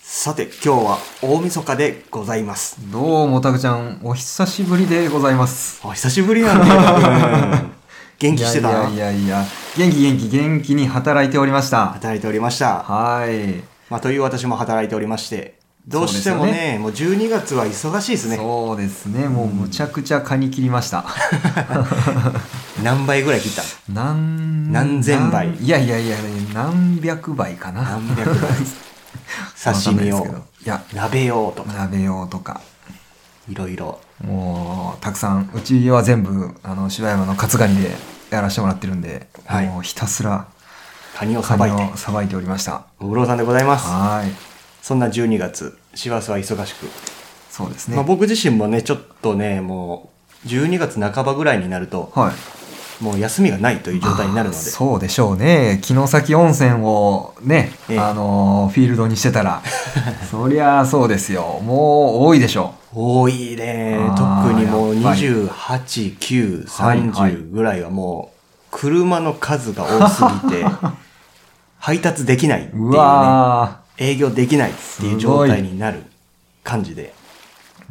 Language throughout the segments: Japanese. さて今日は大晦日でございますどうもたくちゃんお久しぶりでございますあ久しぶりやね うん元気してたいやいやいや元気元気元気に働いておりました働いておりました、はいまあ、という私も働いておりましてどうしてもそうねですもう12月は忙しいですねそうですねもうむちゃくちゃ蚊に切りました何倍ぐらい切った何何千倍何いやいやいや何百倍かな何 百倍刺身わをかんないですけどいや鍋用とか鍋用とかいろいろもうたくさんうちは全部あの柴山の勝ガニでやらせてもらってるんで、はいもうひたすらカニをさカばいニてをさばいておりましたご苦労さんでございますはいそんな12月師走は忙しく、そうですね、まあ、僕自身もねちょっとねもう12月半ばぐらいになるとはいもう休みがないという状態になるのあーでそうでしょうね城崎温泉をね、ええあのーフィールドにして たらそりゃあそうですよもう多いでしょ多いねあー特にもうやっぱりはいはい282930ぐらいはもう車の数が多すぎ て配達できないっていうううねわ営業できないっていう状態になる感じで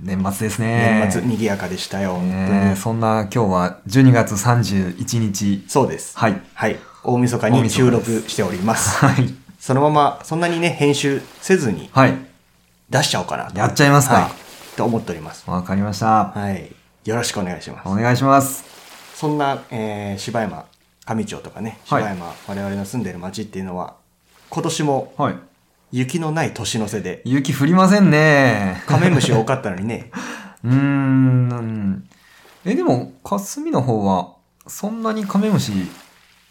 ー年末ですね年末賑やかでしたよ、ねえそんな今日は12月31日そうですはいはい大晦日大に晦収日です録しておりますはいそのままそんなにね編集せずにはい出しちゃおうかなとやっちゃいますかはいと思っておりますわかりましたはいよろしくお願いしますお願いしますそんな、えー柴山上町とかねはい柴山、我々の住んでる町っていうのは今年もはい雪のない年の瀬で雪降りませんねカメムシ多かったのに ねうーん。え、でも、霞の方は、そんなにカメムシ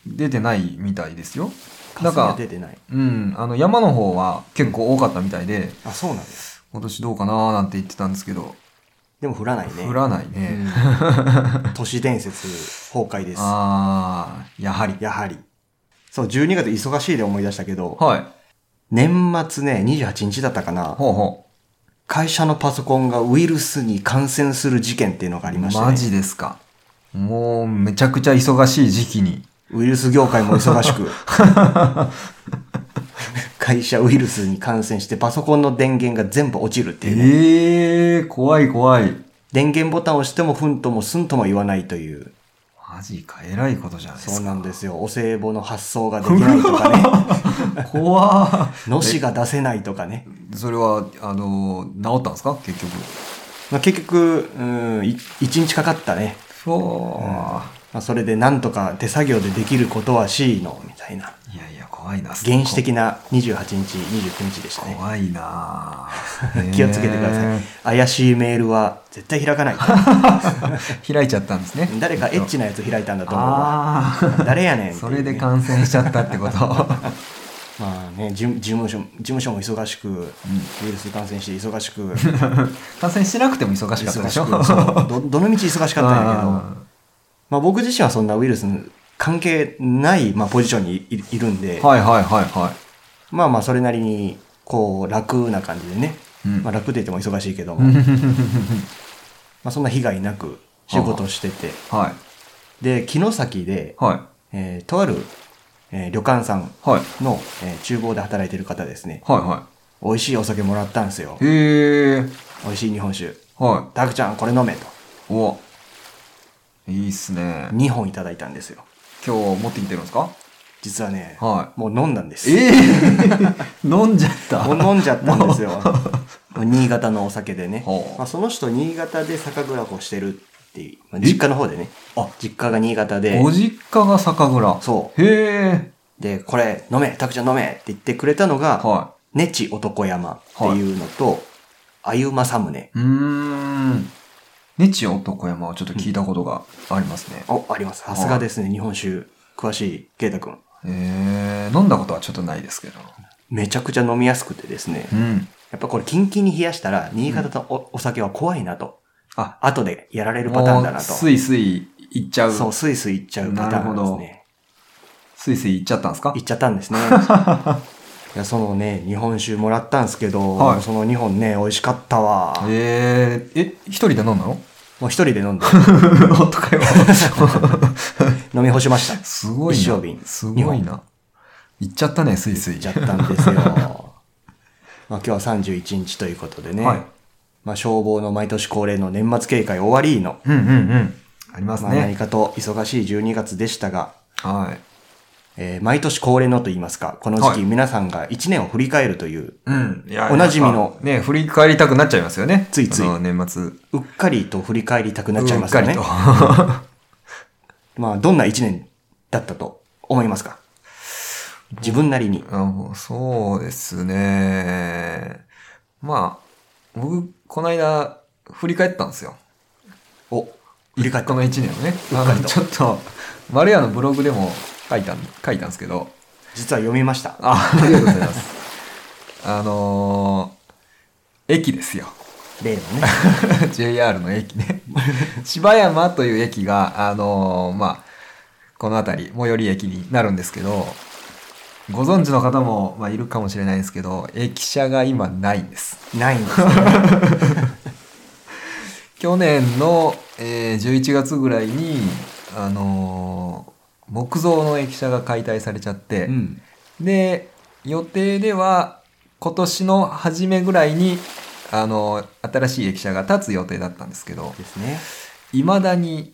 出てないみたいですよ。風だがか出ら、てないうん、あの、山の方は結構多かったみたいで、あそうなんです今年どうかなーなんて言ってたんですけど、でも降らないね降らないね。 うん都市伝説崩壊ですあー、やはり。やはりそう12月忙しいで思い出したけどはい。年末ね28日だったかなほうほう。会社のパソコンがウイルスに感染する事件っていうのがありましたマねジですか。もう、めちゃくちゃ忙しい時 期に。ウイルス業界も忙し く会社ウイルスに感染してパソコンの電源が全部落ちるっていうね、えー、怖い怖い。電源ボタンを押してもふんともすんとも言わないというマジか、えらいことじゃないですか。そうなんですよお歳暮の発送ができないと かね怖ー。のしが出せないとかね、それはあの治ったんですか結局まあ、結局うん1日かかったね、そう、まあ、それでなんとか手作業でできることはしいのみたいないやいや怖いな原始的な28日29日でしたね怖いな 気をつけてくださいね怪しいメールは絶対開かない え開いちゃったんですね誰かエッチなやつ開いたんだと思うわああ誰やねんっていうねそれで感染しちゃったっ てことまあね事務事務所事務所も忙しく、ウイルス感染して忙しく忙感染しなくても忙しかったでしょしくそうどどの道忙しかったんやけどまあ、僕自身はそんなウイルスに関係ない、まあ、ポジションにいいるんで、うんはいはいはいはまあまあそれなりにこう楽な感じでね、うんまあ、楽で言っても忙しいけども、まいあ、そんな被害なく仕事をしてて はいで城崎で、はいえーとある、えー旅館さんはいの、えー厨房で働いてる方ですねはいは美味しいお酒もらったんですよいへえ美味しい日本酒は「ダークちゃんこれ飲め」といおいいっすね2本いただいたんですよ今日持ってきてるんですか実はねはもう飲んだんですいええ 飲んじゃったもう飲んじゃったんです よ新潟のお酒でねほ、うまあ、その人新潟で酒蔵をしてるっていう、まあ実家の方でねあ実家が新潟でご実家が酒蔵。そへえ。うでこれ飲め拓ちゃん飲めって言ってくれたのがは「ねち男山」っていうのと「あゆまさむねい。うーん。日男山はちょっと聞いたことがありますね」。おありますさすがですね日本酒詳しい圭太君えー、飲んだことはちょっとないですけど。めちゃくちゃ飲みやすくてですねうん。やっぱこれキンキンに冷やしたら新潟のお,、お酒は怖いなとあ、後でやられるパターンだなもうとスイスイ行っちゃう。そうスイスイいっちゃうパターンなんですなるほねスイスイ行っちゃったんですか行っちゃったんです ね。いやそのね日本酒もらったんですけど、はいその2本ね美味しかったわ。えー、え、一人で飲んだ のもう一人で飲 んで男山。飲み干しました。 すごい一升瓶な。すごいな。行っちゃったね、スイスイ。 行っちゃったんですよ。まあ、今日は31日ということでね、はい。まあ、消防の毎年恒例の年末警戒終わりの、うんうんうん。ありますまあ、何ね。かと忙しい12月でしたが、はい。えー毎年恒例のと言いますか、この時期はい皆さんが1年を振り返るという、うん。いやおなじみの。んかね、振り返りたくなっちゃいますよね。ついついあの年末。うっかりと振り返りたくなっちゃいますよねうっ。かりとまあ、どんな1年だったと思いますか自分なりに。あもう そうですね。まあ、僕、この間、振り返ったんですよ。お、振り返ったこ。の1年をね。っあかりのとちょっと、丸屋のブログでも書いたん、書いたんですけど。実は読みました。あ、ありがとうございます。あのー駅ですよ。例の ね。 JR の駅ね芝山という駅があのーまあこの辺り最寄り駅になるんですけどご存知の方も、まあ、いるかもしれないんですけど駅舎が今ないんですないんですよ。去年の、えー11月ぐらいにあのー木造の駅舎が解体されちゃって、うん。で予定では今年の初めぐらいにあのー新しい駅舎が建つ予定だったんですけど、ですね。いまだに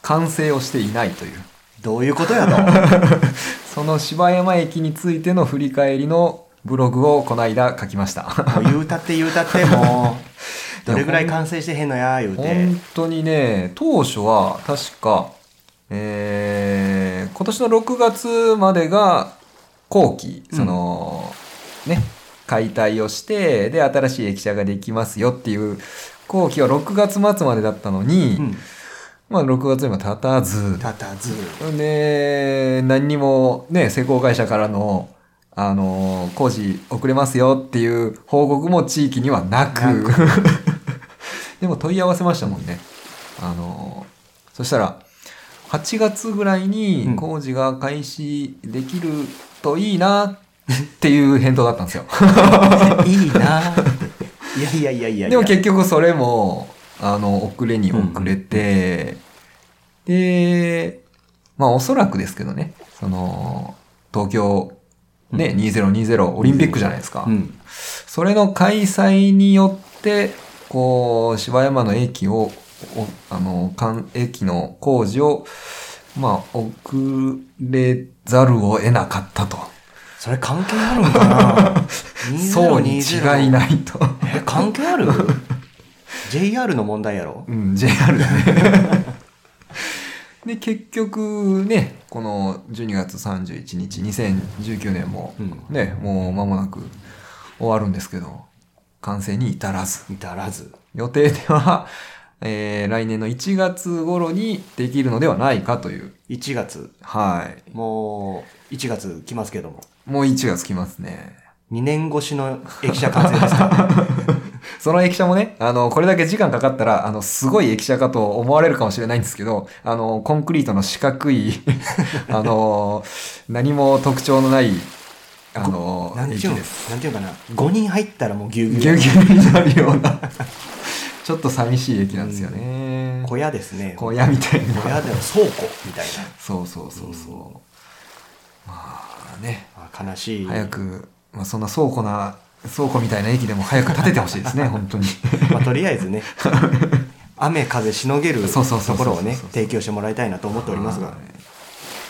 完成をしていないというどういうことやと。その芝山駅についての振り返りのブログをこの間書きました もう言うたって言うたって、も う、どれぐらい完成してへんのや、言うて。本当にね当初は確かえー今年の6月までが後期その、ね解体をしてで新しい駅舎ができますよっていう後期は6月末までだったのに、うん。まあ6月にも経たずたたず。で、何にもね、施工会社からの、あのー工事遅れますよっていう報告も地域にはなく、な でも問い合わせましたもんね。あのーそしたら、8月ぐらいうんに工事が開始できるといいなっていう返答だったんですよ。いいなぁっていやいやいやいやいや。でも結局それも、あの、遅れに遅れて、で、まあおそらくですけどね、その、東京、ね、2020オリンピックじゃないですか。うん。それの開催によって、こう、芝山の駅を、おあの、かん駅の工事を、まあ、遅れざるを得なかったと。それ関係あるんかなそうに違いい。ないと。え、関係ある ?JR の問題やろうん、JR だね。で、結局ね、この12月31日、2019年もうん、ね、もう間もなく終わるんですけど、完成に至らず。至らず。予定では、えー来年の1月頃にできるのではないかという。 1月。はい。もう、1月来ますけども。もう1月来ますね。 2年越しの駅舎完成です かその駅舎もね、あの、これだけ時間かかったら、あの、すごい駅舎かと思われるかもしれないんですけど、あの、コンクリートの四角い、 あの、何も特徴のない、あの、なん駅ていうのです。なんていうのかな ?5 人入ったらもうぎゅうぎぎゅゅうう。ぎゅうになるような、ちょっと寂しい駅なんですよね。小屋ですね。小屋みたい小な。屋では倉庫みたいそうそうそうそう。まあね、な。まあ、悲しい。早く、まあそんな倉庫な、倉庫みたいな駅でも早く建ててほしいですね、本 当に。まあ、とりあえず ね、雨風しのげるそうそうそとうこそうろをね、提供してもらいたいなと思っておりますがは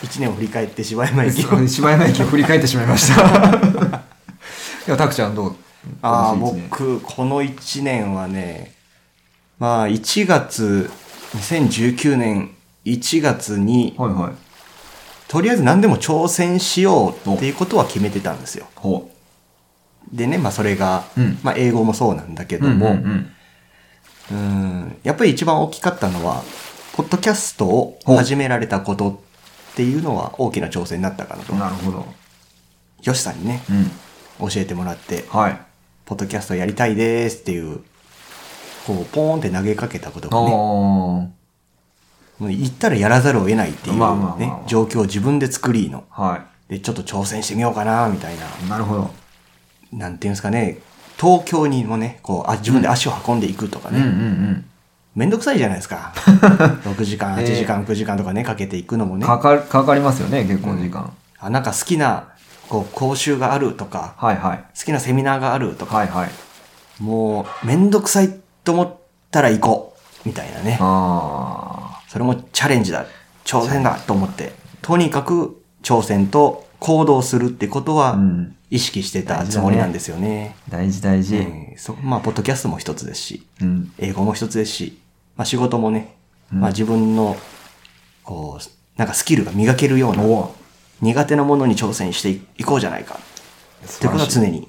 い、 1年を振り返って芝山駅そう芝山駅を振り返ってしまいま した。でも、たくちゃんどうああ、今年一年僕、この1年はね、まあ、1月、2019年1月に、はいはい。とりあえず何でも挑戦しようっていうことは決めてたんですよ。ほでね、まあ、それが、うんまあ、英語もそうなんだけうどんうんうも、ん。うんやっぱり一番大きかったのは、ポッドキャストを始められたことっていうのは大きな挑戦になったかなと。なるほど。ヨシさんにね、うん。教えてもらって、はい。ポッドキャストやりたいですっていう、こう、ポーンって投げかけたことあがね、もう言ったらやらざるを得ないっていうね、まあまあまあまあ状況を自分で作りの。あ。はで、ちょっと挑戦してみようかな、みたいな。い。なるほど。なんていうんですかね、東京にもね、こう、あ自分で足を運んでいくとかうんうんうね、ん。めんどくさいじゃないですか。6時間、8ええ時間、9時間とかね、かけていくのもね。かかるかかりますよね、結構時間。あなんか好きなこう、講習があるとか、はいはい。好きなセミナーがあるとか、はいはい。もう、めんどくさいと思ったら行こう、みたいなね。あそれもチャレンジだ、挑戦だと思って、とにかく挑戦と行動するってことはあ。うん。意識してたつもりなんですよね。大事大事。うんそまあ、ポッドキャストも一つですし、うん。英語も一つですし、まあ、仕事もね、うんまあ、自分の、こう、なんかスキルが磨けるような、お苦手なものに挑戦していいこうじゃないか。ってことは常に。に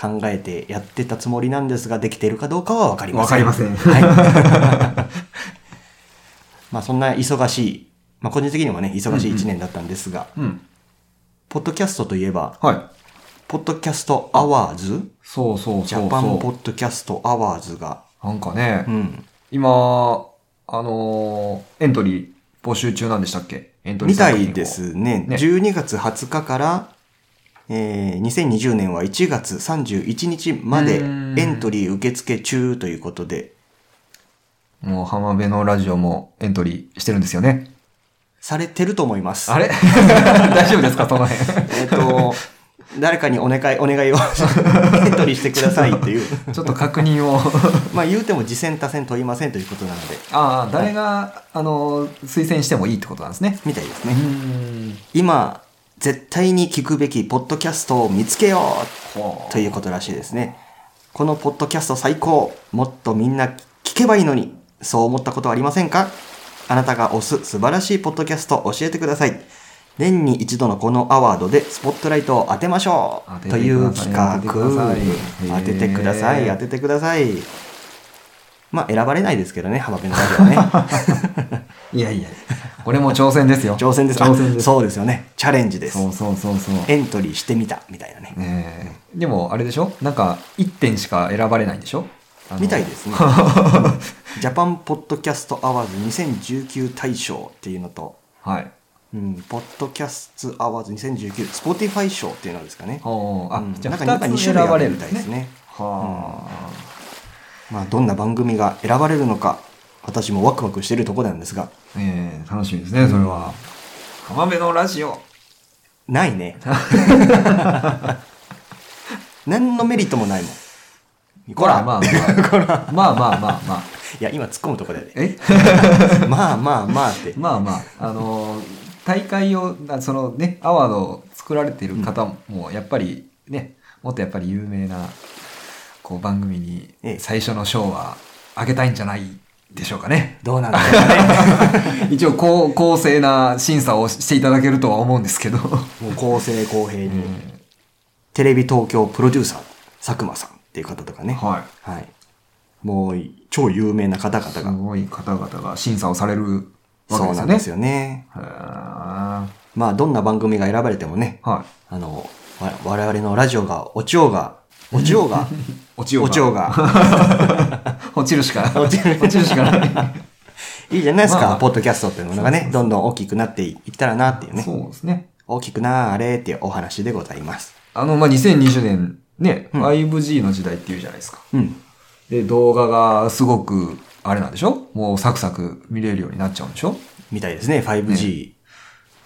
考えてやってたつもりなんですが、できてるかどうかはわかりません。わかりません。 まあそんな忙しい、まあ個人的にもね、忙しい一年だったんですが、うん。ポッドキャストといえば、はい。ポッドキャストアワーズそうそうそうそう。ジャパンポッドキャストアワーズが、なんかね、うん。今、あのーエントリー募集中なんでしたっけエントリーみ参た加いですね。ね12月20日から、えー、2020年は1月31日までうエーんントリー受付中ということで、もう浜辺のラジオもエントリーしてるんですよね。されてると思います。あ れ大丈夫ですかその辺。えっ、 と、誰かにお願い、お願いを エントリーしてくださいっていう。ちょっと確認を。まあ言うても次戦他戦問いませんということなので、ああ、誰が、あのー推薦してもいいってことなんですね。みたいですうね。ん。今、絶対に聞くべきポッドキャストを見つけよほうということらしいですね。このポッドキャスト最高もっとみんな聞けばいいのにそう思ったことはありませんかあなたが推す素晴らしいポッドキャストを教えてください。年に一度のこのアワードでスポットライトを当てましょ当てうてという企ください画。当当ててててくくだだささいい、当ててください。まあ選ばれないですけどね、浜辺のラジオ はね。ういやいや、これも挑戦ですよ。挑戦です。挑戦であす。そうですよね。チャレンジです。そうそうそうそう。エントリーしてみたみたいなね。ねえでもあれでしょなんか1点しか選ばれないんでしょあのみたい ですね。ジャパンポッドキャストアワーズ2019大賞っていうのと、はいうん、ポッドキャストアワーズ2019スポティファイ賞っていうのですかね。おーあ、うんじゃあなんか2二つ種選類あばれるるみんたでいすですねね。はまあ、どんな番組が選ばれるのか、私もワクワクしてるところなんですが、あ、ええ楽しみですねそれは浜辺のラジオない ね。何のメリットもないもん。こら、まあまあまあまあまあまあいや、今突っ込むとこだよね。えまあまあまあって。まあまああのー大会をあそのねアワードを作られている方もやっぱりねもっとやっぱり有名なこう番組にええ最初の賞はあげたいんじゃないでしょうかね どうなんだろうね。一応こう公正な審査をしていただけるとは思うんですけど、もう公正公平に、テレビ東京プロデューサー、佐久間さんっていう方とかね。ははい。もう、超有名な方々いすが。ごい方々が審査をされるわけそでうすなよんねですよね。へーまあ、どんな番組が選ばれてもね、はあの、わ我々のラジオが、落ちよう が、落ちようが、い落ちよう落ちようが、落ちるし かない落ちる落ちるしかないいいじゃないですか、まあまあポッドキャストっていうのがね、どんどん大きくなっていったらなっていうね。そうですね大きくなーれっていうお話でございます。あのまあ2020年ね、うん 5G の時代っていうじゃないですかうん。で動画がすごくあれなんでしょもうサクサク見れるようになっちゃうんでしょみたいですね、5G。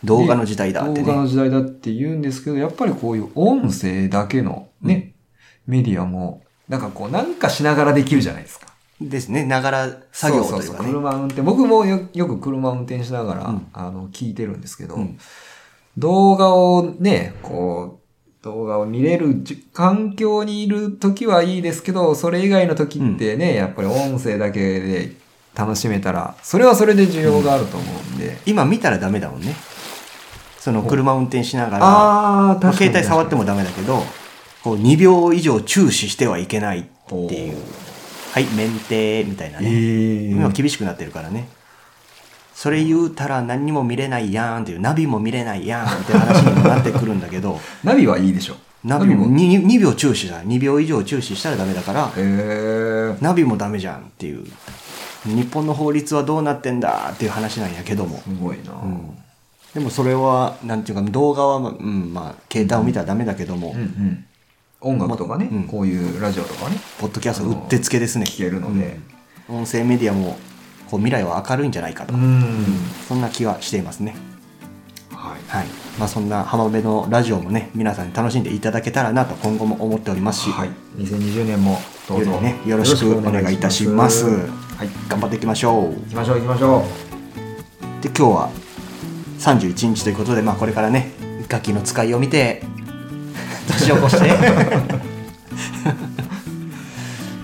動画の時代だって動画ね。の時代だって言うんですけど、やっぱりこういう音声だけのね、メディアも、なんかこう、なんかしながらできるじゃないですか。ですね、ながら作業とそういそううかそうね。車運転。僕もよよく車運転しながら、うんあの、聞いてるんですけど、うん動画をね、こう、動画を見れるじ環境にいる時はいいですけど、それ以外の時ってね、やっぱり音声だけで楽しめたら、それはそれで需要があると思うんで。今見たらダメだもんね。その車運転しながら、ああ、まあ携帯触ってももダメだけど、こう2秒以上注視してはいけないっていう。はい、免停みたいなえね。え今厳しくなってるからね。それ言うたら何にも見れないやんっていう、ナビも見れないやんって話にもなってくるんだけ ど、ナビはいいでしょ。ナビも 2, 2秒注視だ。2秒以上注視したらダメだから、へえ。ナビもダメじゃんっていう。日本の法律はどうなってんだっていう話なんやけども。すごいな。ううんでもそれは、なんていうか、動画は、まうん、まあ、携帯を見たらダメだけども、んうん。音楽とかね、うんこういうラジオとかね、ポッドキャスト、うってつけですね。聞けるので。音声メディアも、こう、未来は明るいんじゃないかと。ん。そんな気はしていますね。はい。はい。まあ、そんな浜辺のラジオもね皆さんに楽しんでいただけたらなと今後も思っておりますし、はい。2020年もどうぞ、ねよろしくお願いいたしますよろしくお願いしますはい。頑張っていきましょう行きましょう行きましょう。で今日は31日ということで、まあ、これからねガキの使いを見て 年を越して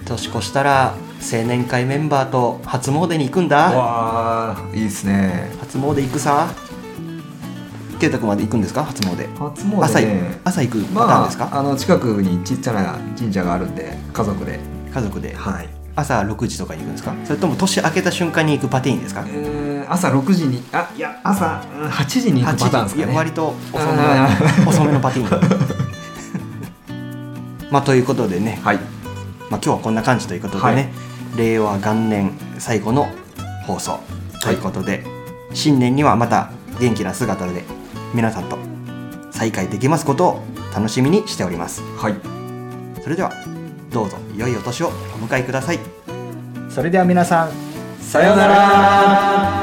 年越したら青年会メンバーと初詣に行くんうだわあ、いいですね。初詣行くさ圭太君まで行くんですか初詣初詣ね。朝い朝行くパターンですか、まあ、あの近くにちっちゃな神社があるんで家族で家族ではい、朝6時とかに行くんですかそれとも年明けた瞬間に行くパティーンですかえー、朝6時にあいや朝うん8時に行8くパターンです時いかやね割と遅めあの遅めのパティーン まあということでね、はいまあ、今日はこんな感じということでね、はい令和元年最後の放送ということで、新年にはまた元気な姿で皆さんと再会できますことを楽しみにしておりますはいそれではどうぞ良いお年をお迎えくださいそれでは皆さんさようなら